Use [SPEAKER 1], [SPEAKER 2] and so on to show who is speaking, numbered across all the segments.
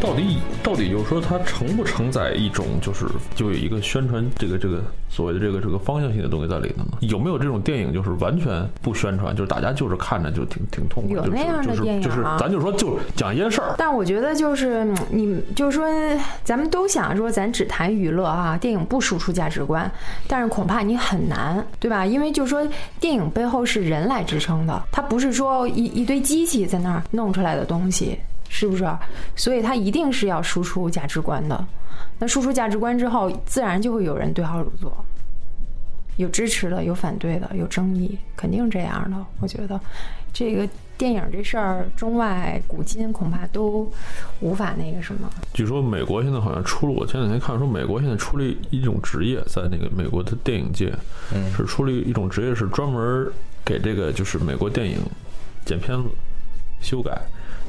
[SPEAKER 1] 到底到底就是说它承不承载一种就是就有一个宣传这个这个所谓的这个这个方向性的东西在里头呢？有没有这种电影就是完全不宣传，就是大家就是看着就挺挺痛苦的？
[SPEAKER 2] 有
[SPEAKER 1] 就是
[SPEAKER 2] 那样的
[SPEAKER 1] 就是
[SPEAKER 2] 电影
[SPEAKER 1] 就是
[SPEAKER 2] 啊
[SPEAKER 1] 咱就说就是讲一件事儿，
[SPEAKER 2] 但我觉得就是嗯你，就是说，咱们都想说，咱只谈娱乐啊，电影不输出价值观，但是恐怕你很难，对吧？因为就是说，电影背后是人来支撑的，它不是说一一堆机器在那儿弄出来的东西，是不是？所以它一定是要输出价值观的。那输出价值观之后，自然就会有人对号入座。有支持的，有反对的，有争议，肯定是这样的。我觉得，这个电影这事儿，中外古今恐怕都无法那个什么。
[SPEAKER 1] 据说美国现在好像出了，我前两天看说美国现在出了一种职业，在那个美国的电影界，
[SPEAKER 3] 嗯
[SPEAKER 1] 是出了一种职业，是专门给这个就是美国电影剪片子修改，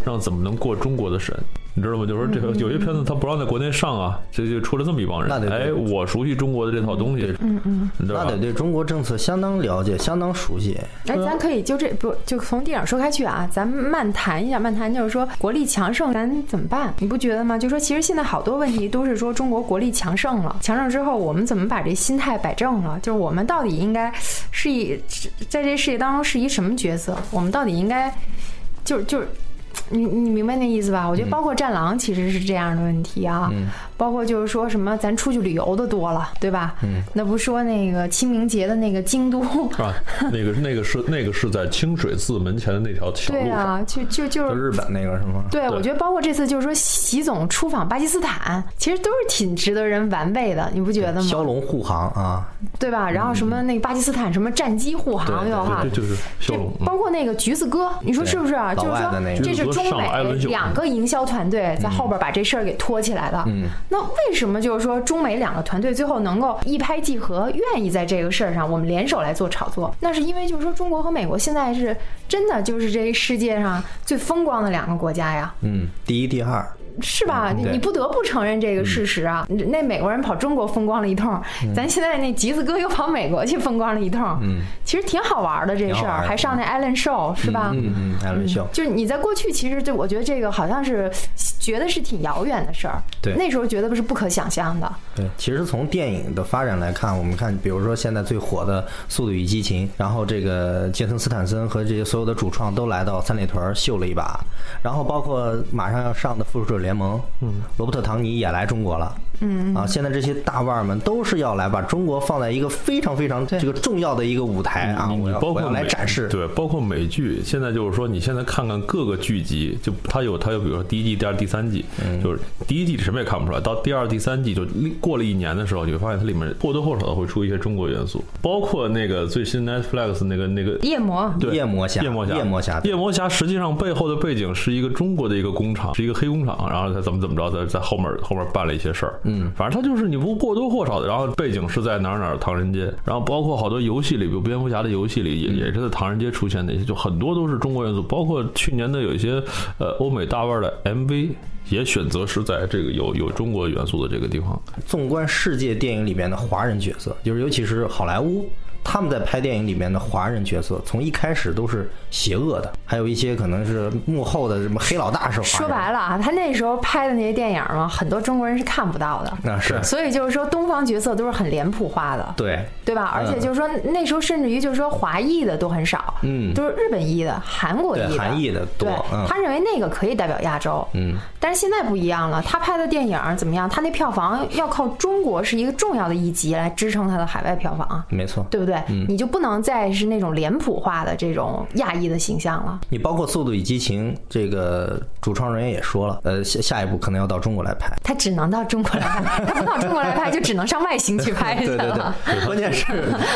[SPEAKER 1] 让怎么能过中国的审。你知道吗？就是说这
[SPEAKER 2] 嗯
[SPEAKER 1] 个有些片子他不让在国内上啊，这就出了这么一帮
[SPEAKER 3] 那
[SPEAKER 1] 人。
[SPEAKER 3] 得
[SPEAKER 1] 哎，
[SPEAKER 3] 对
[SPEAKER 1] 我熟悉中国的这套东西，
[SPEAKER 2] 嗯嗯，
[SPEAKER 1] 你知道吧
[SPEAKER 3] 那得？对中国政策相当了解，相当熟悉。
[SPEAKER 2] 哎，
[SPEAKER 1] 对啊
[SPEAKER 2] 咱可以就这不就从电影说开去啊？咱们漫谈一下，漫谈就是说国力强盛，咱怎么办？你不觉得吗？就说其实现在好多问题都是说中国国力强盛了，强盛之后我们怎么把这心态摆正了？就是我们到底应该是以在这世界当中是一什么角色？我们到底应该就就是。你你明白那意思吧？我觉得包括《战狼》其实是这样的问题啊，包括就是说什么咱出去旅游的多了，对吧？嗯，那不说那个清明节的那个京都，
[SPEAKER 1] 是吧？那个那个是那个是在清水寺门前的那条小路
[SPEAKER 2] 对
[SPEAKER 1] 上。
[SPEAKER 2] 啊，就就就。
[SPEAKER 3] 就是日本那个是吗？
[SPEAKER 2] 对，我
[SPEAKER 1] 对
[SPEAKER 2] 觉得包括这次就是说，习总出访巴基斯坦，其实都是挺值得人玩味的，你不觉得
[SPEAKER 3] 骁
[SPEAKER 2] 吗？
[SPEAKER 3] 龙护航啊，
[SPEAKER 2] 对吧？然后什么那个巴基斯坦什么战机护航
[SPEAKER 3] 嗯对
[SPEAKER 2] 又哈
[SPEAKER 1] 这，就是
[SPEAKER 2] 啊这
[SPEAKER 1] 修容。嗯
[SPEAKER 2] 包括那个橘子哥，你说
[SPEAKER 3] 对
[SPEAKER 2] 是不是啊？就
[SPEAKER 3] 老
[SPEAKER 2] 是
[SPEAKER 3] 外
[SPEAKER 2] 说
[SPEAKER 3] 的那个
[SPEAKER 2] 这
[SPEAKER 1] 橘
[SPEAKER 2] 是
[SPEAKER 1] 子哥
[SPEAKER 2] 中
[SPEAKER 1] 上了艾
[SPEAKER 2] 美
[SPEAKER 1] 伦秀
[SPEAKER 2] 两个营销团队在后边把这事儿给拖起来了。
[SPEAKER 3] 嗯
[SPEAKER 2] 那为什么就是说中美两个团队最后能够一拍即合，愿意在这个事儿上我们联手来做炒作？那是因为就是说中国和美国现在是真的就是这世界上最风光的两个国家呀。
[SPEAKER 3] 嗯，第一第二，
[SPEAKER 2] 是吧？你
[SPEAKER 3] 嗯对嗯
[SPEAKER 2] 你不得不承认这个事实啊！那美国人跑中国风光了一通，咱现在那橘子哥又跑美国去风光了一通，
[SPEAKER 3] 嗯
[SPEAKER 2] 其实挺好玩的这
[SPEAKER 3] 挺
[SPEAKER 2] 事
[SPEAKER 3] 好玩
[SPEAKER 2] 儿，
[SPEAKER 3] 的
[SPEAKER 2] 还上那 Ellen Show 是吧？
[SPEAKER 3] 嗯嗯，艾伦秀，
[SPEAKER 2] 就是你在过去，其实就我觉得这个好像是觉得是挺遥远的事儿，
[SPEAKER 3] 对
[SPEAKER 2] 那时候觉得不是不可想象的，
[SPEAKER 3] 对，其实从电影的发展来看，我们看，比如说现在最火的《速度与激情》，然后这个杰森斯坦森和这些所有的主创都来到三里屯儿秀了一把，然后包括马上要上的《复仇者联盟》，嗯，罗伯特·唐尼也来中国了，嗯，啊，现在这些大腕儿们都是要来把中国放在一个非常非常这个重要的一个舞台啊，
[SPEAKER 1] 你
[SPEAKER 3] 我
[SPEAKER 1] 你
[SPEAKER 3] 要
[SPEAKER 1] 嗯包
[SPEAKER 3] 我
[SPEAKER 1] 括
[SPEAKER 3] 要来
[SPEAKER 1] 美
[SPEAKER 3] 展示，
[SPEAKER 1] 对，包括美剧，现在就是说，你现在看看各个剧集，就它有它有，比如说第一季、第二、第三季，
[SPEAKER 3] 嗯
[SPEAKER 1] 就是第一季什么也看不出来，到第二、第三季就另过了一年的时候，你会发现它里面或多或少的会出一些中国元素，包括那个最新 Netflix 那个那个。
[SPEAKER 2] 夜魔。
[SPEAKER 1] 对
[SPEAKER 3] 夜魔侠
[SPEAKER 1] 夜魔侠，
[SPEAKER 3] 夜魔侠
[SPEAKER 1] 夜魔侠实际上背后的背景是一个中国的一个工
[SPEAKER 3] 嗯
[SPEAKER 1] 厂，是一个黑工厂，然后他怎么怎么着，在在后面后面办了一些事儿。嗯，反正他就是你不或多或少的，然后背景是在哪儿哪儿唐人街，然后包括好多游戏里，比如蝙蝠侠的游戏
[SPEAKER 3] 嗯
[SPEAKER 1] 里也、也是在唐人街出现的一些，就很多都是中国元素，包括去年的有一些呃欧美大腕的 MV。也选择是在这个有有中国元素的这个地方，
[SPEAKER 3] 纵观世界电影里面的华人角色，就是尤其是好莱坞，他们在拍电影里面的华人角色，从一开始都是邪恶的，还有一些可能是幕后的什么黑老大是华人。
[SPEAKER 2] 说白
[SPEAKER 3] 了，
[SPEAKER 2] 了啊，他那时候拍的那些电影嘛，很多中国人是看不到的，
[SPEAKER 3] 那啊是
[SPEAKER 2] 所以就是说东方角色都是很脸谱化的，
[SPEAKER 3] 对
[SPEAKER 2] 对吧？而且就是说那时候甚至于就是说华裔的都很少，
[SPEAKER 3] 嗯
[SPEAKER 2] 都是日本裔的、韩国裔的、
[SPEAKER 3] 对韩裔的多
[SPEAKER 2] 对，
[SPEAKER 3] 嗯
[SPEAKER 2] 他认为那个可以代表亚洲，嗯，但是现在不一样了，他拍的电影怎么样？他那票房要靠中国是一个重要的一级来支撑他的海外票房，
[SPEAKER 3] 没错。
[SPEAKER 2] 对不对？
[SPEAKER 3] 嗯
[SPEAKER 2] 你就不能再是那种脸谱化的这种亚裔的形象了。
[SPEAKER 3] 你包括《速度与激情》，这个主创人员也说了，呃，下下一步可能要到中国来 拍。
[SPEAKER 2] 他只能到中国来拍，他不到中国来拍，就只能上外星去拍去
[SPEAKER 3] 对
[SPEAKER 2] 了。
[SPEAKER 3] 对对，关键是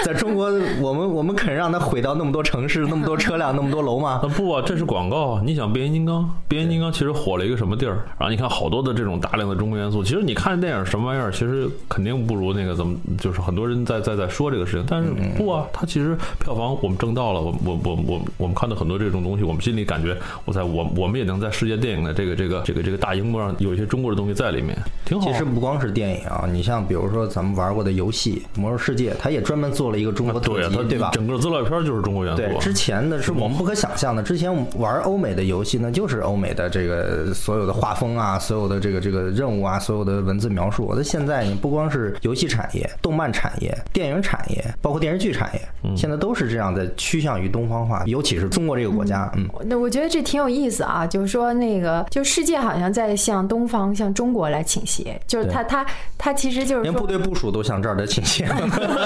[SPEAKER 3] 在中国，我们我们肯让他毁掉那么多城市、那么多车辆、那么多楼吗
[SPEAKER 1] 啊？不啊，这是广告啊。你想变形金刚，变形金刚其实火了一个什么地儿？然后你看好多的这种大量的中国元素，其实你看电影什么玩意儿，其实肯定不如那个怎么，就是很多人在在在说这个事情，但是不啊，它其实票房我们挣到了，我我我我我们看到很多这种东西，我们心里感觉我在我我们也能在世界电影的这个这个这个这个大荧幕上有一些中国的东西在里面，挺好啊
[SPEAKER 3] 其。实不光是电影啊，你像比如说咱们玩过的游戏《魔兽世界》，它也专门做了一个中国特
[SPEAKER 1] 对啊，
[SPEAKER 3] 辑，
[SPEAKER 1] 它
[SPEAKER 3] 对吧？
[SPEAKER 1] 整个资料片就是中国元素
[SPEAKER 3] 对，
[SPEAKER 1] 啊，
[SPEAKER 3] 之前的是我们不可想象的。之前玩欧美的游戏呢，就是欧美的这个所有的画风啊，所有的这个这个任务啊，所有的文字描述。那现在你不光是游戏产业、动漫产业、电影产业，包括电视剧产
[SPEAKER 1] 嗯
[SPEAKER 3] 业，现在都是这样的趋向于东方化，尤其是中国这个国家，嗯。
[SPEAKER 2] 那我觉得这挺有意思啊，就是说那个，就世界好像在向东方、向中国来倾斜，就是它它它其实就是
[SPEAKER 3] 连
[SPEAKER 2] 说
[SPEAKER 3] 部队部署都向这儿的倾斜，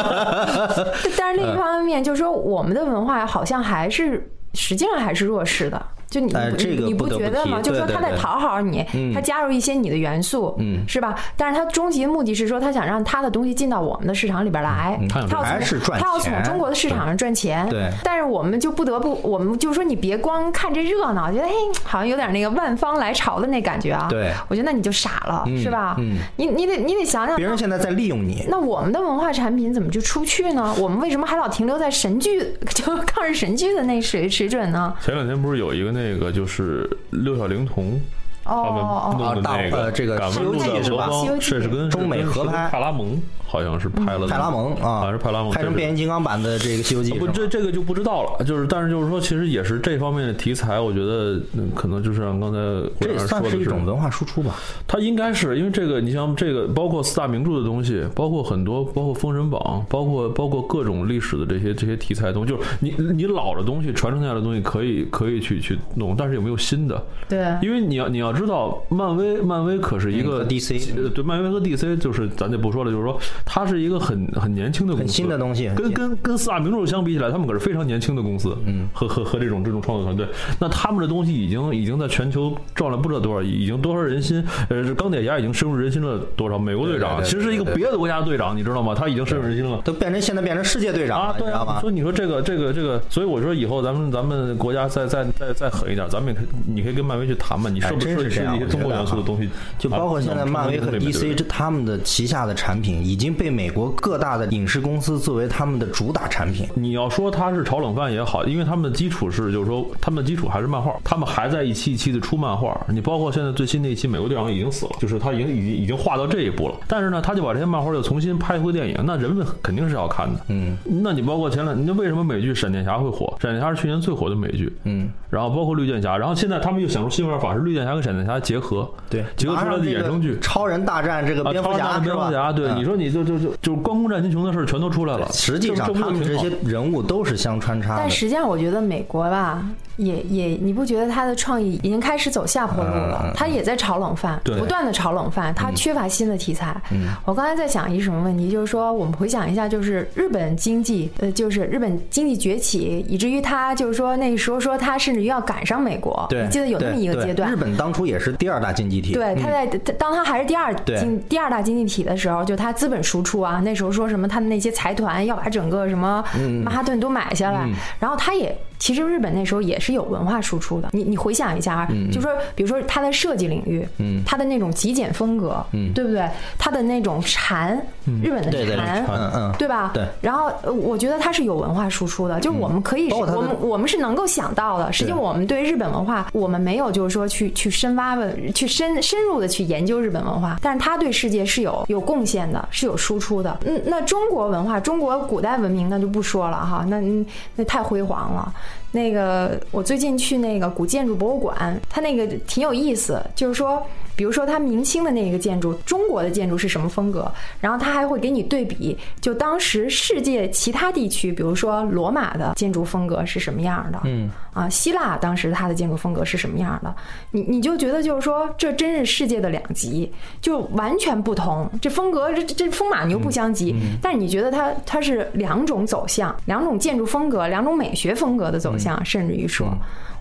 [SPEAKER 2] 但是另一
[SPEAKER 3] 嗯
[SPEAKER 2] 方面，就是说我们的文化好像还是实际上还是弱势的。就你、
[SPEAKER 3] 哎
[SPEAKER 2] 你
[SPEAKER 3] 这个
[SPEAKER 2] 你
[SPEAKER 3] 不得不
[SPEAKER 2] 觉得吗？
[SPEAKER 3] 提
[SPEAKER 2] 就说
[SPEAKER 3] 对
[SPEAKER 2] 他
[SPEAKER 3] 对
[SPEAKER 2] 在
[SPEAKER 3] 对
[SPEAKER 2] 讨好你，他加入一些你的元素，
[SPEAKER 3] 嗯
[SPEAKER 2] 是吧？但是他终极的目的是说，他想让他的东西进到我们的市场里边来，
[SPEAKER 1] 嗯
[SPEAKER 2] 他
[SPEAKER 1] 他
[SPEAKER 2] 要
[SPEAKER 1] 想
[SPEAKER 2] 从
[SPEAKER 3] 还是赚
[SPEAKER 2] 他要从
[SPEAKER 3] 钱
[SPEAKER 2] 中国的市场上赚钱。
[SPEAKER 3] 对
[SPEAKER 2] 但是我们就不得不，我们就说你别光看这热闹，觉得嘿，好像有点那个万方来朝的那感觉啊。
[SPEAKER 3] 对
[SPEAKER 2] 我觉得那你就傻了，
[SPEAKER 3] 嗯
[SPEAKER 2] 是吧？
[SPEAKER 3] 嗯
[SPEAKER 2] 你你得你得想想
[SPEAKER 3] 别，人现在在利用你。
[SPEAKER 2] 那我们的文化产品怎么就出去呢？我们为什么还老停留在神剧， 就抗日神剧的那水水准呢？
[SPEAKER 1] 前两天不是有一个那个就是六小龄童他们
[SPEAKER 2] 哦哦，
[SPEAKER 1] 弄的
[SPEAKER 3] 啊大
[SPEAKER 1] 那
[SPEAKER 3] 呃
[SPEAKER 1] 个，
[SPEAKER 3] 这个
[SPEAKER 1] 赶
[SPEAKER 3] 西
[SPEAKER 1] 上
[SPEAKER 3] 游
[SPEAKER 1] 录
[SPEAKER 3] 记
[SPEAKER 1] 的
[SPEAKER 3] 是吧
[SPEAKER 2] 西游
[SPEAKER 1] 光
[SPEAKER 2] 记
[SPEAKER 1] 是跟
[SPEAKER 3] 中美合拍
[SPEAKER 1] 派拉蒙好像是拍了
[SPEAKER 3] 派拉蒙啊，
[SPEAKER 1] 好像是派拉蒙
[SPEAKER 3] 拍成
[SPEAKER 1] 这是
[SPEAKER 3] 变形金刚版的这个《西游记》
[SPEAKER 1] 不，
[SPEAKER 3] 是
[SPEAKER 1] 这
[SPEAKER 3] 吗
[SPEAKER 1] 这个就不知道了。就是，但是就是说，其实也是这方面的题材，我觉得嗯可能就是像刚才胡
[SPEAKER 3] 这
[SPEAKER 1] 老
[SPEAKER 3] 也
[SPEAKER 1] 师说
[SPEAKER 3] 算
[SPEAKER 1] 的
[SPEAKER 3] 是一种文化输出吧？
[SPEAKER 1] 它应该是因为这个，你像这个，包括四大名著的东西，包括很多，包括《封神榜》，包括包括各种历史的这些这些题材的东西，就是你你老的东西传承下来的东西，可以可以去去弄，但是有没有新的？
[SPEAKER 2] 对，
[SPEAKER 1] 因为你要你要知道，漫威漫威可是一
[SPEAKER 3] 嗯
[SPEAKER 1] 个
[SPEAKER 3] 和 DC
[SPEAKER 1] 呃对，漫威和 DC 就是咱就不说了，就是说它是一个很很年轻的公
[SPEAKER 3] 很
[SPEAKER 1] 司，
[SPEAKER 3] 新的东西，
[SPEAKER 1] 跟跟跟四大名著相比起来，他们可是非常年轻的公司，嗯，和和和这种这种创作团队，那他们的东西已经已经在全球赚了不知道多少，已经多少人心，呃，是钢铁侠已经深入人心了多少？美国队长
[SPEAKER 3] 对对对
[SPEAKER 1] 其实是一个
[SPEAKER 3] 对对
[SPEAKER 1] 别的国家的队长，你知道吗？他已经深入人心了。
[SPEAKER 3] 都变成现在变成世界队长
[SPEAKER 1] 啊
[SPEAKER 3] 了，，你
[SPEAKER 1] 对
[SPEAKER 3] 知道
[SPEAKER 1] 啊，
[SPEAKER 3] 吗
[SPEAKER 1] 所？以你说这个这个这个，所以我说以后咱们咱们国家再再再再狠一点，咱们也可以你可以跟漫威去谈嘛，你是不
[SPEAKER 3] 哎真
[SPEAKER 1] 是
[SPEAKER 3] 是这样
[SPEAKER 1] 一些中国元素的东西？
[SPEAKER 3] 就包括
[SPEAKER 1] 啊
[SPEAKER 3] 现在漫威和 DC 这他们的旗下的产品已经被美国各大的影视公司作为他们的主打产品。
[SPEAKER 1] 你要说它是炒冷饭也好，因为他们的基础是，就是说他们的基础还是漫画，他们还在一期一期的出漫画。你包括现在最新的一期《美国队长》已经死了，就是他已经已经已经画到这一步了。但是呢，他就把这些漫画又重新拍回电影，那人们肯定是要看的。嗯，那你包括前两，那为什么美剧《闪电侠》会火？《闪电侠》是去年最火的美剧。嗯，然后包括《绿箭侠》，然后现在他们又想出新玩法，是绿箭侠跟闪电侠结合，
[SPEAKER 3] 对，
[SPEAKER 1] 结合
[SPEAKER 3] 马
[SPEAKER 1] 出来
[SPEAKER 3] 上
[SPEAKER 1] 的
[SPEAKER 3] 这
[SPEAKER 1] 衍
[SPEAKER 3] 个
[SPEAKER 1] 生剧。
[SPEAKER 3] 超人大战这个
[SPEAKER 1] 啊，
[SPEAKER 3] 蝙蝠
[SPEAKER 1] 超人大
[SPEAKER 3] 侠
[SPEAKER 1] 战
[SPEAKER 3] 是
[SPEAKER 1] 蝙蝠
[SPEAKER 3] 吧？
[SPEAKER 1] 侠，对，
[SPEAKER 3] 嗯
[SPEAKER 1] 你说你就就就就关公战秦琼的事儿全都出来了，
[SPEAKER 3] 实际
[SPEAKER 1] 这
[SPEAKER 3] 上
[SPEAKER 1] 这不就
[SPEAKER 3] 他们
[SPEAKER 1] 挺
[SPEAKER 3] 这
[SPEAKER 1] 好
[SPEAKER 3] 些人物都是相穿插的。
[SPEAKER 2] 但实际上，我觉得美国吧，也也，你不觉得它的创意已经开始走下坡路
[SPEAKER 3] 嗯
[SPEAKER 2] 了？它也在炒冷饭，
[SPEAKER 1] 对
[SPEAKER 2] 不断的炒冷饭，它缺乏新的题材。
[SPEAKER 3] 嗯
[SPEAKER 2] 我刚才在想一什么问题，就是说我们回想一下，就是日本经济，呃，就是日本经济崛起，以至于它就是说那时候说它甚至于要赶上美国，
[SPEAKER 3] 对，
[SPEAKER 2] 你记得有那么
[SPEAKER 3] 对
[SPEAKER 2] 一个
[SPEAKER 3] 对
[SPEAKER 2] 阶段
[SPEAKER 3] 日。本当初也是第二大经济体，
[SPEAKER 2] 对，
[SPEAKER 3] 嗯
[SPEAKER 2] 它在它当它还是第二
[SPEAKER 3] 对
[SPEAKER 2] 经第二大经济体的时候，就它资本输出啊，那时候说什么他们那些财团要把整个什么
[SPEAKER 3] 嗯
[SPEAKER 2] 曼哈顿都买下来，然后它也其实日本那时候也是有文化输出的。你你回想一下啊，
[SPEAKER 3] 嗯
[SPEAKER 2] 就说比如说它的设计领域，它的那种极简风格，对不对？它的那种禅，日本的
[SPEAKER 3] 嗯对对对
[SPEAKER 2] 禅，
[SPEAKER 3] 嗯嗯
[SPEAKER 2] 对吧？
[SPEAKER 3] 对嗯
[SPEAKER 2] 然后呃我觉得它是有文化输出的，就我们可以是，
[SPEAKER 3] 包括它的
[SPEAKER 2] 我们我们是能够想到的。实际我们对日本文化，我们没有就是说去去深挖问，去深深入的去研究日本文化，但是它对世界是有有贡献的，是有输出的。嗯，那中国文化，中国古代文明那就不说了哈，那嗯那太辉煌了。那个我最近去那个古建筑博物馆，它那个挺有意思，就是说。比如说它明清的那个建筑，中国的建筑是什么风格，然后它还会给你对比，就当时世界其他地区，比如说罗马的建筑风格是什么样的，嗯，啊，希腊当时它的建筑风格是什么样的，你你就觉得就是说这真是世界的两极，就完全不同，这风格这这这风马牛不相及，但是你觉得它它是两种走向，两种建筑风格，两种美学风格的走向，甚至于说。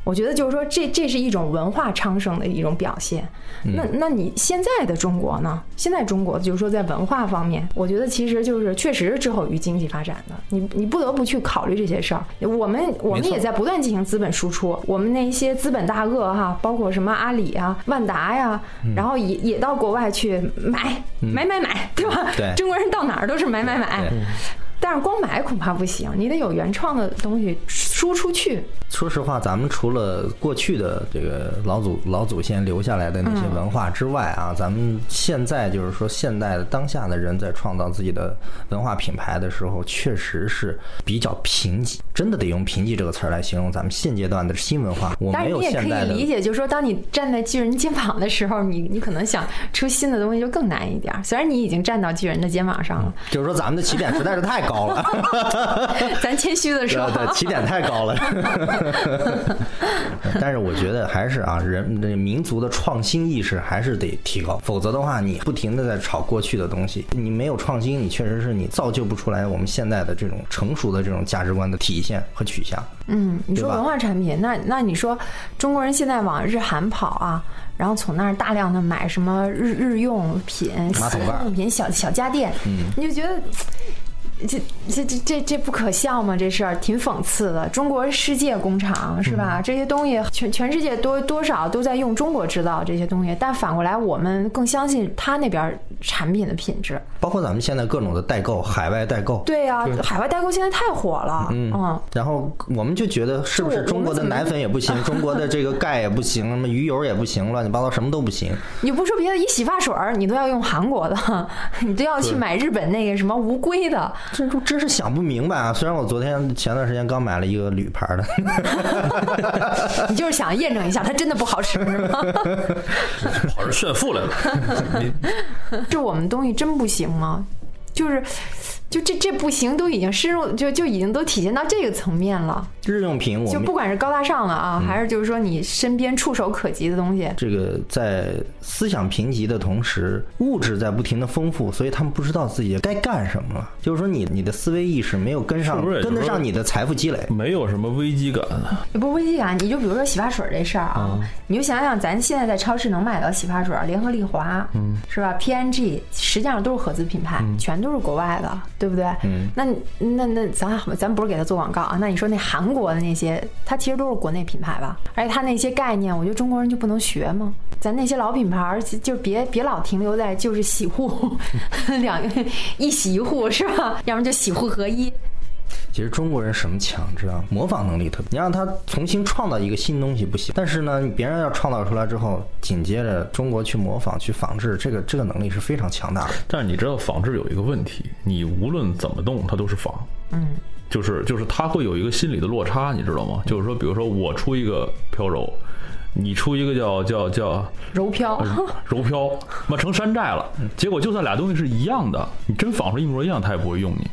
[SPEAKER 2] 我觉得就是说这，这是一种文化昌盛的一种表现。
[SPEAKER 3] 嗯
[SPEAKER 2] 那那你现在的中国呢？现在中国就是说在文化方面，我觉得其实就是确实是滞后于经济发展的。你你不得不去考虑这些事儿。我们我们
[SPEAKER 3] 没错
[SPEAKER 2] 也在不断进行资本输出，我们那些资本大鳄哈、包括什么阿里啊、万达呀、
[SPEAKER 3] 嗯
[SPEAKER 2] 然后也也到国外去买买买买，对吧？
[SPEAKER 3] 对
[SPEAKER 2] 中国人到哪儿都是买买买
[SPEAKER 3] 对。
[SPEAKER 2] 但是光买恐怕不行，你得有原创的东西输输出去。
[SPEAKER 3] 说实话，咱们除了过去的这个老祖老祖先留下来的那些
[SPEAKER 2] 嗯
[SPEAKER 3] 文化之外啊，咱们现在就是说现代的当下的人在创造自己的文化品牌的时候，确实是比较贫瘠，真的得用贫瘠这个词儿来形容咱们现阶段的新文化。我
[SPEAKER 2] 但
[SPEAKER 3] 没
[SPEAKER 2] 是
[SPEAKER 3] 有
[SPEAKER 2] 你也可
[SPEAKER 3] 现代
[SPEAKER 2] 以
[SPEAKER 3] 的
[SPEAKER 2] 理解，就是说，当你站在巨人肩膀的时候，你你可能想出新的东西就更难一点儿。虽然你已经站到巨人的肩膀 上了，
[SPEAKER 3] 就是说咱们的起点实在是太高了，
[SPEAKER 2] 咱谦虚的说
[SPEAKER 3] 对，对，起点太高了。但是我觉得还是啊，人这民族的创新意识还是得提高，否则的话，你不停的在炒过去的东西，你没有创新，你确实是你造就不出来我们现在的这种成熟的这种价值观的体现和取向。
[SPEAKER 2] 嗯，你
[SPEAKER 3] 对
[SPEAKER 2] 说
[SPEAKER 3] 吧
[SPEAKER 2] 文化产品，那那你说中国人现在往日韩跑啊，然后从那儿大量的买什么日日用品、
[SPEAKER 3] 马
[SPEAKER 2] 洗
[SPEAKER 3] 桶盖嗯
[SPEAKER 2] 用品、小小家电，你就觉得。这这这这这不可笑吗？这事儿挺讽刺的。中国世界工厂是
[SPEAKER 3] 嗯
[SPEAKER 2] 吧？这些东西全全世界多多少都在用中国制造这些东西，但反过来我们更相信他那边儿产品的品质。
[SPEAKER 3] 包括咱们现在各种的代购，海外代购，
[SPEAKER 2] 对啊，海外代购现在太火了，嗯
[SPEAKER 3] 然后我们就觉得是不
[SPEAKER 2] 就是我
[SPEAKER 3] 中国
[SPEAKER 2] 我们
[SPEAKER 3] 的
[SPEAKER 2] 怎么
[SPEAKER 3] 奶粉也不行，中国的这个钙也不行，什么鱼油也不行，乱七八糟什么都不行。
[SPEAKER 2] 你不说别的，一洗发水儿你都要用韩国的， 你都要去买日本那个什么无硅 的，
[SPEAKER 3] 这都真是想不明白啊！虽然我昨天前段时间刚买了一个铝牌的，
[SPEAKER 2] 你就是想验证一下它真的不好使是吗？
[SPEAKER 1] 跑这炫富来了。 你
[SPEAKER 2] 这我们东西真不行吗？就是，就这这不行，都已经深入，就就已经都体现到这个层面了。
[SPEAKER 3] 日用品我
[SPEAKER 2] 就
[SPEAKER 3] 们嗯
[SPEAKER 2] 不管是高大上了啊，还是就是说你身边触手可及的东西，
[SPEAKER 3] 这个在思想贫瘠的同时，物质在不停的丰富，所以他们不知道自己该干什么了。就是说你，你的思维意识没有跟上，
[SPEAKER 1] 是不是也就是
[SPEAKER 3] 跟得
[SPEAKER 1] 说
[SPEAKER 3] 上你的财富积累。
[SPEAKER 1] 没有什么危机感，啊
[SPEAKER 2] 也不是危机感。你就比如说洗发水这事儿啊，你就想想咱现在在超市能买到洗发水，联合利华，是吧？P&G 实际上都是合资品牌，全都是国外的，对不对？那你那那咱咱不是给他做广告啊？那你说那韩国的那些，它其实都是国内品牌吧？而且它那些概念，我觉得中国人就不能学吗？咱那些老品牌儿，就就别别老停留在就是洗护 两一洗一护是吧？要么就洗护合一，
[SPEAKER 3] 其实中国人什么强，知道吗？模仿能力特别。你让他重新创造一个新东西不行，但是呢，别人要创造出来之后，紧接着中国去模仿、去仿制，这个这个能力是非常强大的。
[SPEAKER 1] 但是你知道仿制有一个问题，你无论怎么弄，它都是仿。
[SPEAKER 2] 嗯。
[SPEAKER 1] 就是就是它会有一个心理的落差，你知道吗？就是说，比如说我出一个飘柔，你出一个叫叫叫
[SPEAKER 2] 柔飘。
[SPEAKER 1] 柔飘，妈成山寨了。结果就算俩东西是一样的，你真仿出一模一样，他也不会用你。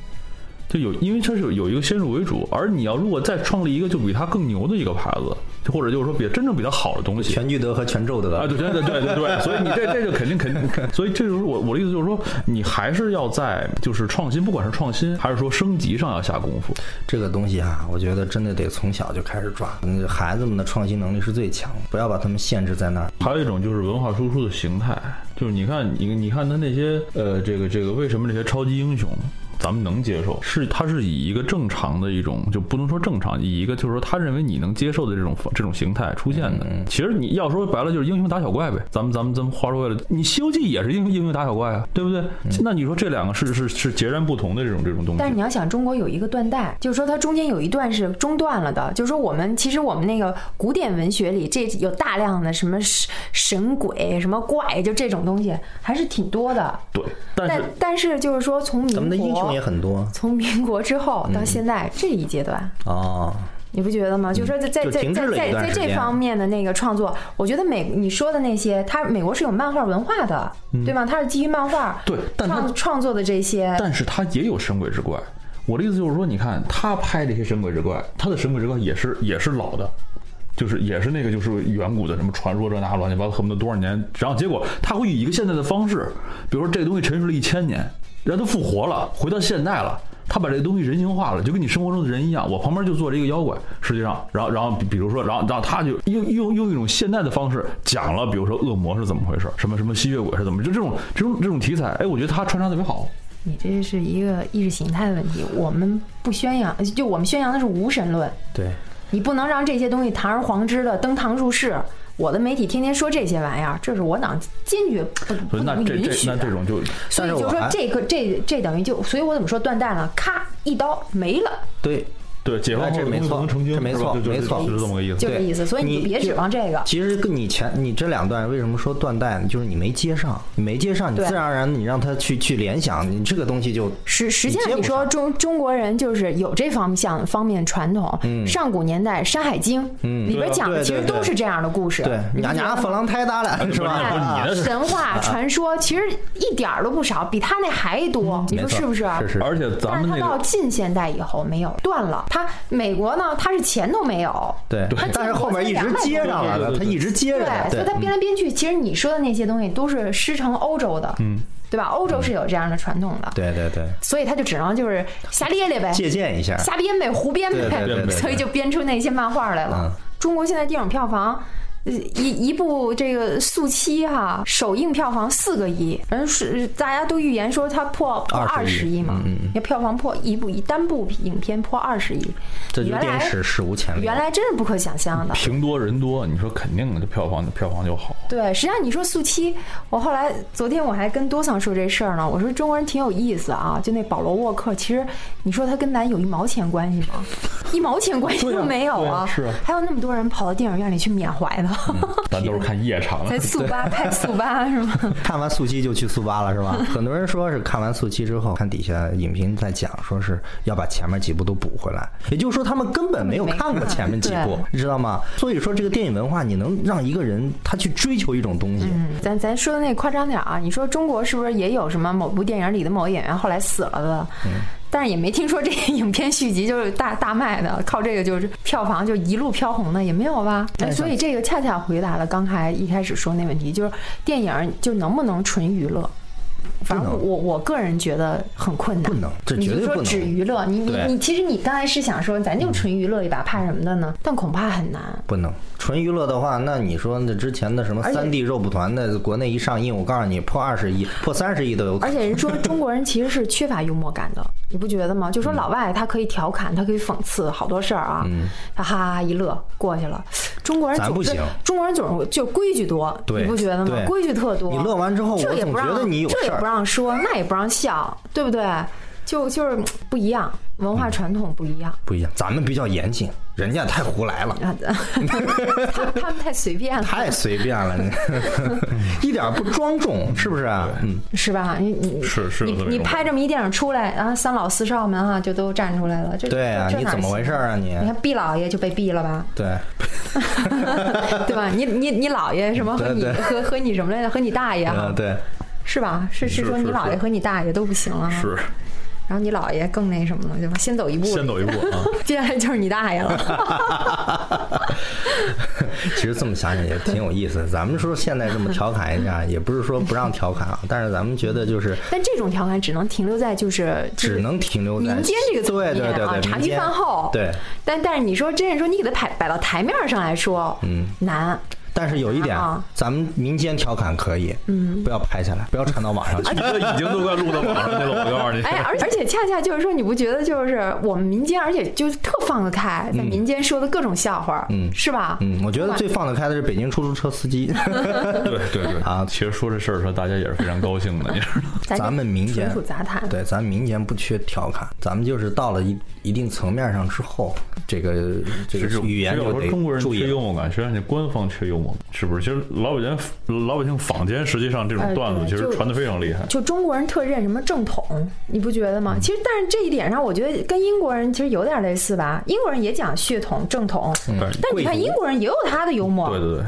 [SPEAKER 1] 就有，因为它是有有一个先入为主，而你要如果再创立一个就比它更牛的一个牌子，就或者就是说比真正比它好的东西，
[SPEAKER 3] 全聚德和全咒德，
[SPEAKER 1] 啊，对对对对对对，所以你这这就肯定肯定，所以这就是我我的意思，就是说你还是要在就是创新，不管是创新还是说升级上要下功夫。
[SPEAKER 3] 这个东西啊，我觉得真的得从小就开始抓。嗯孩子们的创新能力是最强的，不要把他们限制在那儿。
[SPEAKER 1] 还有一种就是文化输出的形态，就是你看你你看他那些呃这个这个为什么这些超级英雄？咱们能接受，是他是以一个正常的一种，就不能说正常，以一个就是说他认为你能接受的这种这种形态出现的。
[SPEAKER 2] 嗯
[SPEAKER 1] 其实你要说白了就是英雄打小怪呗。咱们咱们咱们话说回来，你《西游记》也是英雄英雄打小怪啊，对不对？那你说这两个是是是截然不同的这种这种东西。
[SPEAKER 2] 嗯但是你要想，中国有一个断代，就是说它中间有一段是中断了的。就是说，我们其实我们那个古典文学里，这有大量的什么神神鬼、什么怪，就这种东西还是挺多的。
[SPEAKER 1] 对，但
[SPEAKER 2] 但
[SPEAKER 1] 是
[SPEAKER 2] 但是就是说，从
[SPEAKER 3] 咱们的
[SPEAKER 2] 民
[SPEAKER 3] 英雄也嗯
[SPEAKER 2] 国
[SPEAKER 3] 很多
[SPEAKER 2] 从民国之后到现在这一阶段，
[SPEAKER 3] 哦，
[SPEAKER 2] 你不觉得吗？就是说在，在
[SPEAKER 3] 嗯就
[SPEAKER 2] 在
[SPEAKER 3] 停滞
[SPEAKER 2] 在
[SPEAKER 3] 了一
[SPEAKER 2] 在
[SPEAKER 3] 段
[SPEAKER 2] 在
[SPEAKER 3] 时
[SPEAKER 2] 这
[SPEAKER 3] 间
[SPEAKER 2] 方面的那个创作，我觉得美你说的那些，它美国是有漫画文化的，
[SPEAKER 3] 嗯
[SPEAKER 2] 对吗？它是基于漫画
[SPEAKER 1] 对但它
[SPEAKER 2] 创创作的这些，
[SPEAKER 1] 但是他也有神鬼之怪。我的意思就是说，你看他拍这些神鬼之怪，他的神鬼之怪也是也是老的，就是也是那个就是远古的什么传说这那乱七八糟，恨不得多少年。然后结果他会以一个现在的方式，比如说这个东西沉睡了一千年，然后它复活了，回到现代了。他把这个东西人性化了，就跟你生活中的人一样。我旁边就坐着一个妖怪，实际上，然后，然后，比比如说，然后，然后他就用用用一种现代的方式讲了，比如说恶魔是怎么回事，什么什么吸血鬼是怎么，就这种这种这种题材，哎，我觉得他穿插特别好。
[SPEAKER 2] 你这是一个意识形态的问题，我们不宣扬，就我们宣扬的是无神论，
[SPEAKER 3] 对，
[SPEAKER 2] 你不能让这些东西堂而皇之的登堂入室。我的媒体天天说这些玩意儿，这是我党坚决不
[SPEAKER 1] 所
[SPEAKER 2] 不
[SPEAKER 1] 以那
[SPEAKER 2] 能
[SPEAKER 1] 这
[SPEAKER 2] 允
[SPEAKER 1] 这
[SPEAKER 2] 许啊
[SPEAKER 1] 那
[SPEAKER 2] 的。
[SPEAKER 1] 这种就
[SPEAKER 2] 所以
[SPEAKER 3] 但是
[SPEAKER 2] 就
[SPEAKER 3] 我
[SPEAKER 2] 说
[SPEAKER 3] 还
[SPEAKER 2] 这个这这等于就，所以我怎么说断代了？咔一刀没了。
[SPEAKER 3] 对，
[SPEAKER 1] 对，解放
[SPEAKER 3] 哎
[SPEAKER 1] 后
[SPEAKER 3] 这
[SPEAKER 1] 的
[SPEAKER 3] 没
[SPEAKER 1] 东西
[SPEAKER 3] 错
[SPEAKER 1] 不能成精，
[SPEAKER 3] 这没
[SPEAKER 1] 是吧
[SPEAKER 3] 错
[SPEAKER 1] 就就
[SPEAKER 3] 没
[SPEAKER 1] 就
[SPEAKER 3] 错
[SPEAKER 1] 是这么个意思
[SPEAKER 2] 就。这意思，所以你就别指望这个。
[SPEAKER 3] 其实跟你前你这两段为什么说断代呢？就是你没接上，你没接上，你
[SPEAKER 2] 对
[SPEAKER 3] 自然而然你让他去去联想，你这个东西就
[SPEAKER 2] 实实际
[SPEAKER 3] 你接
[SPEAKER 2] 上，
[SPEAKER 3] 不
[SPEAKER 2] 你说
[SPEAKER 3] 上
[SPEAKER 2] 中中国人就是有这方向方面传统。上古年代《山海经》里边讲的
[SPEAKER 3] 嗯对
[SPEAKER 2] 其实
[SPEAKER 3] 对对
[SPEAKER 2] 都是这样的故事。
[SPEAKER 3] 对，啊
[SPEAKER 2] 你不
[SPEAKER 3] 伢
[SPEAKER 2] 觉得
[SPEAKER 3] 伢
[SPEAKER 2] 吗
[SPEAKER 3] 佛郎太 大了，是吧？
[SPEAKER 1] 不是
[SPEAKER 3] 啊
[SPEAKER 1] 你的
[SPEAKER 2] 神话传说其实一点儿都不少，比他那还多，你
[SPEAKER 3] 没
[SPEAKER 2] 说
[SPEAKER 3] 错
[SPEAKER 2] 是不是？
[SPEAKER 3] 是是
[SPEAKER 1] 而且咱
[SPEAKER 2] 但是
[SPEAKER 1] 们
[SPEAKER 2] 他
[SPEAKER 1] 那
[SPEAKER 2] 到
[SPEAKER 1] 个
[SPEAKER 2] 近现代以后没有断了，他美国呢，他是钱都没有，
[SPEAKER 3] 对
[SPEAKER 2] 他，
[SPEAKER 3] 但是后面一直接上来
[SPEAKER 1] 对
[SPEAKER 3] 了，
[SPEAKER 1] 对对对
[SPEAKER 3] 他一直接着嗯的，
[SPEAKER 2] 所以他编来编去，其实你说的那些东西都是师承欧洲的，嗯，对吧？欧洲是有这样的传统的，
[SPEAKER 3] 对对对，
[SPEAKER 2] 所以他就只能就是瞎咧咧呗，
[SPEAKER 3] 借鉴一下，
[SPEAKER 2] 瞎编呗，胡编呗，
[SPEAKER 3] 对嗯
[SPEAKER 1] 对对对
[SPEAKER 2] 所以就编出那些漫画来了。中国现在电影票房。呃一一部这个《速七》哈，首映票房四个亿，人是大家都预言说它破破二
[SPEAKER 3] 20
[SPEAKER 2] 十
[SPEAKER 3] 亿嗯
[SPEAKER 2] 亿嘛，要票房破一部一单部影片破二十亿，
[SPEAKER 3] 这有
[SPEAKER 2] 原
[SPEAKER 3] 点
[SPEAKER 2] 来
[SPEAKER 3] 史史无前例
[SPEAKER 2] 原。来真是不可想象的。
[SPEAKER 1] 平多人多，你说肯定的，这票房票房就好。
[SPEAKER 2] 对，实际上你说速七，我后来昨天我还跟多桑说这事儿呢，我说中国人挺有意思啊，就那保罗沃克，其实你说他跟咱有一毛钱关系吗？一毛钱关系
[SPEAKER 1] 对啊
[SPEAKER 2] 都没有
[SPEAKER 1] 对啊
[SPEAKER 2] 啊！
[SPEAKER 1] 是啊嗯
[SPEAKER 2] 还有那么多人跑到电影院里去缅怀的，
[SPEAKER 1] 咱都是看夜场，
[SPEAKER 2] 在速八拍速八是吗？
[SPEAKER 3] 看完速七就去速八了 是吧？很多人说是看完速七之后，看底下影评在讲，说是要把前面几部都补回来，也就是说他们根本没有看过前面几部
[SPEAKER 2] 对，
[SPEAKER 3] 你知道吗？所以说这个电影文化，你能让一个人他去追求一种东西，
[SPEAKER 2] 嗯，咱咱说的那夸张点儿啊，你说中国是不是也有什么某部电影里的某个演员后来死了的？
[SPEAKER 3] 嗯
[SPEAKER 2] 但是也没听说这个影片续集就是大大卖的，靠这个就是票房就一路飘红的也没有吧？哎，所以这个恰恰回答了刚才一开始说那问题，就是电影就能不能纯娱乐？反正
[SPEAKER 3] 不能
[SPEAKER 2] 我我个人觉得很困难，
[SPEAKER 3] 不能这
[SPEAKER 2] 你
[SPEAKER 3] 绝
[SPEAKER 2] 就
[SPEAKER 3] 对
[SPEAKER 2] 说
[SPEAKER 3] 不能
[SPEAKER 2] 只娱乐，你你
[SPEAKER 3] 对嗯
[SPEAKER 2] 你，其实你刚才是想说咱就纯娱乐一把，怕什么的呢？但恐怕很难。
[SPEAKER 3] 不能纯娱乐的话，那你说那之前的什么
[SPEAKER 2] 而且
[SPEAKER 3] 三 D 肉蒲团的，国内一上映，我告诉你破二十亿、破三十亿都有可
[SPEAKER 2] 而
[SPEAKER 3] 能。
[SPEAKER 2] 且人说中国人其实是缺乏幽默感的，你不觉得吗？就说老外他可以调侃，他可以讽刺好多事儿啊，他哈哈一乐过去了。中国人
[SPEAKER 3] 嗯咱
[SPEAKER 2] 总
[SPEAKER 3] 不
[SPEAKER 2] 是
[SPEAKER 3] 行
[SPEAKER 2] 中国人总是就规矩多，
[SPEAKER 3] 对
[SPEAKER 2] 你不觉得吗
[SPEAKER 3] 对？
[SPEAKER 2] 规矩特多，
[SPEAKER 3] 你乐完之后，
[SPEAKER 2] 这
[SPEAKER 3] 我
[SPEAKER 2] 也
[SPEAKER 3] 总
[SPEAKER 2] 不
[SPEAKER 3] 觉
[SPEAKER 2] 让
[SPEAKER 3] 得你有
[SPEAKER 2] 这
[SPEAKER 3] 事
[SPEAKER 2] 也
[SPEAKER 3] 儿
[SPEAKER 2] 不。让说，那也不让笑，对不对？就就是不一样，文
[SPEAKER 3] 嗯
[SPEAKER 2] 化传统不一样。
[SPEAKER 3] 不一样，咱们比较严谨，人家太胡 来了，
[SPEAKER 2] 啊，他们他们太随便了，
[SPEAKER 3] 太随便了， 一点不庄重，是不是？嗯，
[SPEAKER 2] 是吧？你你
[SPEAKER 1] 是是有
[SPEAKER 2] 你
[SPEAKER 1] 这么一
[SPEAKER 2] 你
[SPEAKER 1] 种
[SPEAKER 2] 拍这么一电影出来，然后三老四少们哈、啊就都站出来了，这
[SPEAKER 3] 对啊，
[SPEAKER 2] 这
[SPEAKER 3] 你
[SPEAKER 2] 哪
[SPEAKER 3] 怎么回
[SPEAKER 2] 行
[SPEAKER 3] 事儿啊你？
[SPEAKER 2] 你看毕老爷就被毙了 吧，
[SPEAKER 3] 对，
[SPEAKER 2] 对吧？你你你姥爷什么和
[SPEAKER 3] 对
[SPEAKER 2] 你
[SPEAKER 3] 对
[SPEAKER 2] 和和你什么来着？和你大爷
[SPEAKER 3] 呃
[SPEAKER 2] 哈，
[SPEAKER 3] 对，
[SPEAKER 2] 是吧？是
[SPEAKER 1] 是
[SPEAKER 2] 是说
[SPEAKER 1] 是
[SPEAKER 2] 你姥爷
[SPEAKER 1] 是
[SPEAKER 2] 和你大爷都不行了，
[SPEAKER 1] 是
[SPEAKER 2] 然后你姥爷更那什么了，对吧？先走一步，
[SPEAKER 1] 先走一步啊。
[SPEAKER 2] 接下来就是你大爷 了。
[SPEAKER 3] 其实这么想想也挺有意思的。咱们说现在这么调侃一下，也不是说不让调侃啊，但是咱们觉得就是
[SPEAKER 2] 但这种调侃只能停留在就是
[SPEAKER 3] 只。能停留在
[SPEAKER 2] 民间这个层
[SPEAKER 3] 对
[SPEAKER 2] 面
[SPEAKER 3] 对对
[SPEAKER 2] 啊，
[SPEAKER 3] 对，
[SPEAKER 2] 茶
[SPEAKER 3] 民
[SPEAKER 2] 余
[SPEAKER 3] 间
[SPEAKER 2] 饭后。
[SPEAKER 3] 对，
[SPEAKER 2] 但但是你说真是说你给它摆摆到台面上来说，嗯， 难。
[SPEAKER 3] 但是有一点
[SPEAKER 2] 啊，
[SPEAKER 3] 咱们民间调侃可以，嗯，不要拍下来，不要传到网上去。
[SPEAKER 1] 这已经都快录到网上去了，我告诉你。
[SPEAKER 2] 哎，而而且恰恰就是说，你不觉得就是我们民间，而且就是特放得开，在民间说的各种笑话，
[SPEAKER 3] 嗯
[SPEAKER 2] 是吧？
[SPEAKER 3] 嗯，我觉得最放得开的是北京出租车 司机，
[SPEAKER 1] 对对对
[SPEAKER 3] 啊
[SPEAKER 1] 其实说这事儿的时候，大家也是非常高兴的，你知道吗？
[SPEAKER 2] 咱
[SPEAKER 3] 咱们民间
[SPEAKER 2] 纯属杂谈。
[SPEAKER 3] 对，咱民间不缺调侃，咱们就是到了一一定层面上之后，这个这个语言
[SPEAKER 1] 其实有时
[SPEAKER 3] 就得
[SPEAKER 1] 候中国人
[SPEAKER 3] 注
[SPEAKER 1] 缺
[SPEAKER 3] 意
[SPEAKER 1] 幽
[SPEAKER 3] 了。
[SPEAKER 1] 默感，实际上你官方缺幽默感，是不是？其实老百姓老百姓坊间实际上这种
[SPEAKER 2] 哎
[SPEAKER 1] 段子
[SPEAKER 2] 对
[SPEAKER 1] 其实
[SPEAKER 2] 就
[SPEAKER 1] 传的非常厉害。
[SPEAKER 2] 就中国人特认什么正统，你不觉得
[SPEAKER 3] 嗯
[SPEAKER 2] 吗？其实，但是这一点上，我觉得跟英国人其实有点类似吧。英国人也讲血统正统，
[SPEAKER 3] 嗯
[SPEAKER 1] 对
[SPEAKER 2] 但你看英国人也有他的幽默。
[SPEAKER 1] 对对对，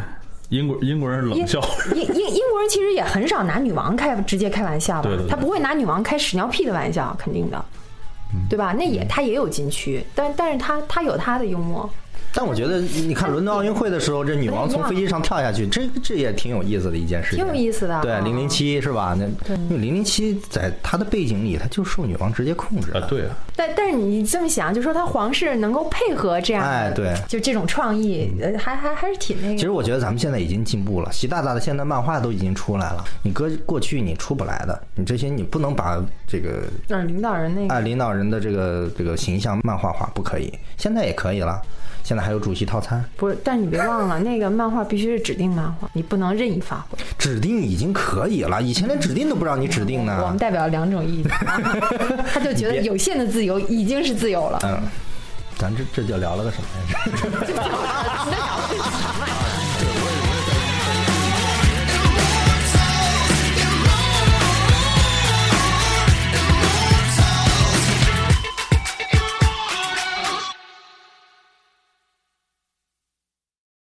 [SPEAKER 1] 英国英国人冷
[SPEAKER 2] 英
[SPEAKER 1] 笑，
[SPEAKER 2] 英英英国人其实也很少拿女王开直接开玩笑吧，
[SPEAKER 1] 对对对
[SPEAKER 2] 他不会拿女王开屎尿屁的玩笑，肯定的，
[SPEAKER 3] 嗯
[SPEAKER 2] 对吧？那也他也有禁区，但但是他他有他的幽默，
[SPEAKER 3] 但我觉得，你看伦敦奥运会的时候，这女王从飞机上跳下去，这这也挺有意思的一件事情，
[SPEAKER 2] 挺有意思的
[SPEAKER 3] 对，
[SPEAKER 2] 啊
[SPEAKER 3] 零零七是吧？那因为零零七在它的背景里，它就受女王直接控制
[SPEAKER 1] 啊，
[SPEAKER 3] 的。
[SPEAKER 1] 对啊，
[SPEAKER 2] 但但是你这么想，就说他皇室能够配合这样的，
[SPEAKER 3] 哎对
[SPEAKER 2] 就这种创意，呃，还还还是挺那个。
[SPEAKER 3] 其实我觉得咱们现在已经进步了，习大大的现在漫画都已经出来了，你搁过去你出不来的，你这些你不能把这个
[SPEAKER 2] 让嗯领导人那个
[SPEAKER 3] 按领导人的这个这个形象漫画化不可以，现在也可以了，现在还有主席套餐，
[SPEAKER 2] 不是，但是你别忘了，那个漫画必须是指定漫画，你不能任意发挥。
[SPEAKER 3] 指定已经可以了，以前连指定都不让你指定
[SPEAKER 2] 我们
[SPEAKER 3] 呢。
[SPEAKER 2] 代表两种意见啊，他就觉得有限的自由已经是自由了。
[SPEAKER 3] 嗯，咱这这就聊了个什么呀？
[SPEAKER 2] 那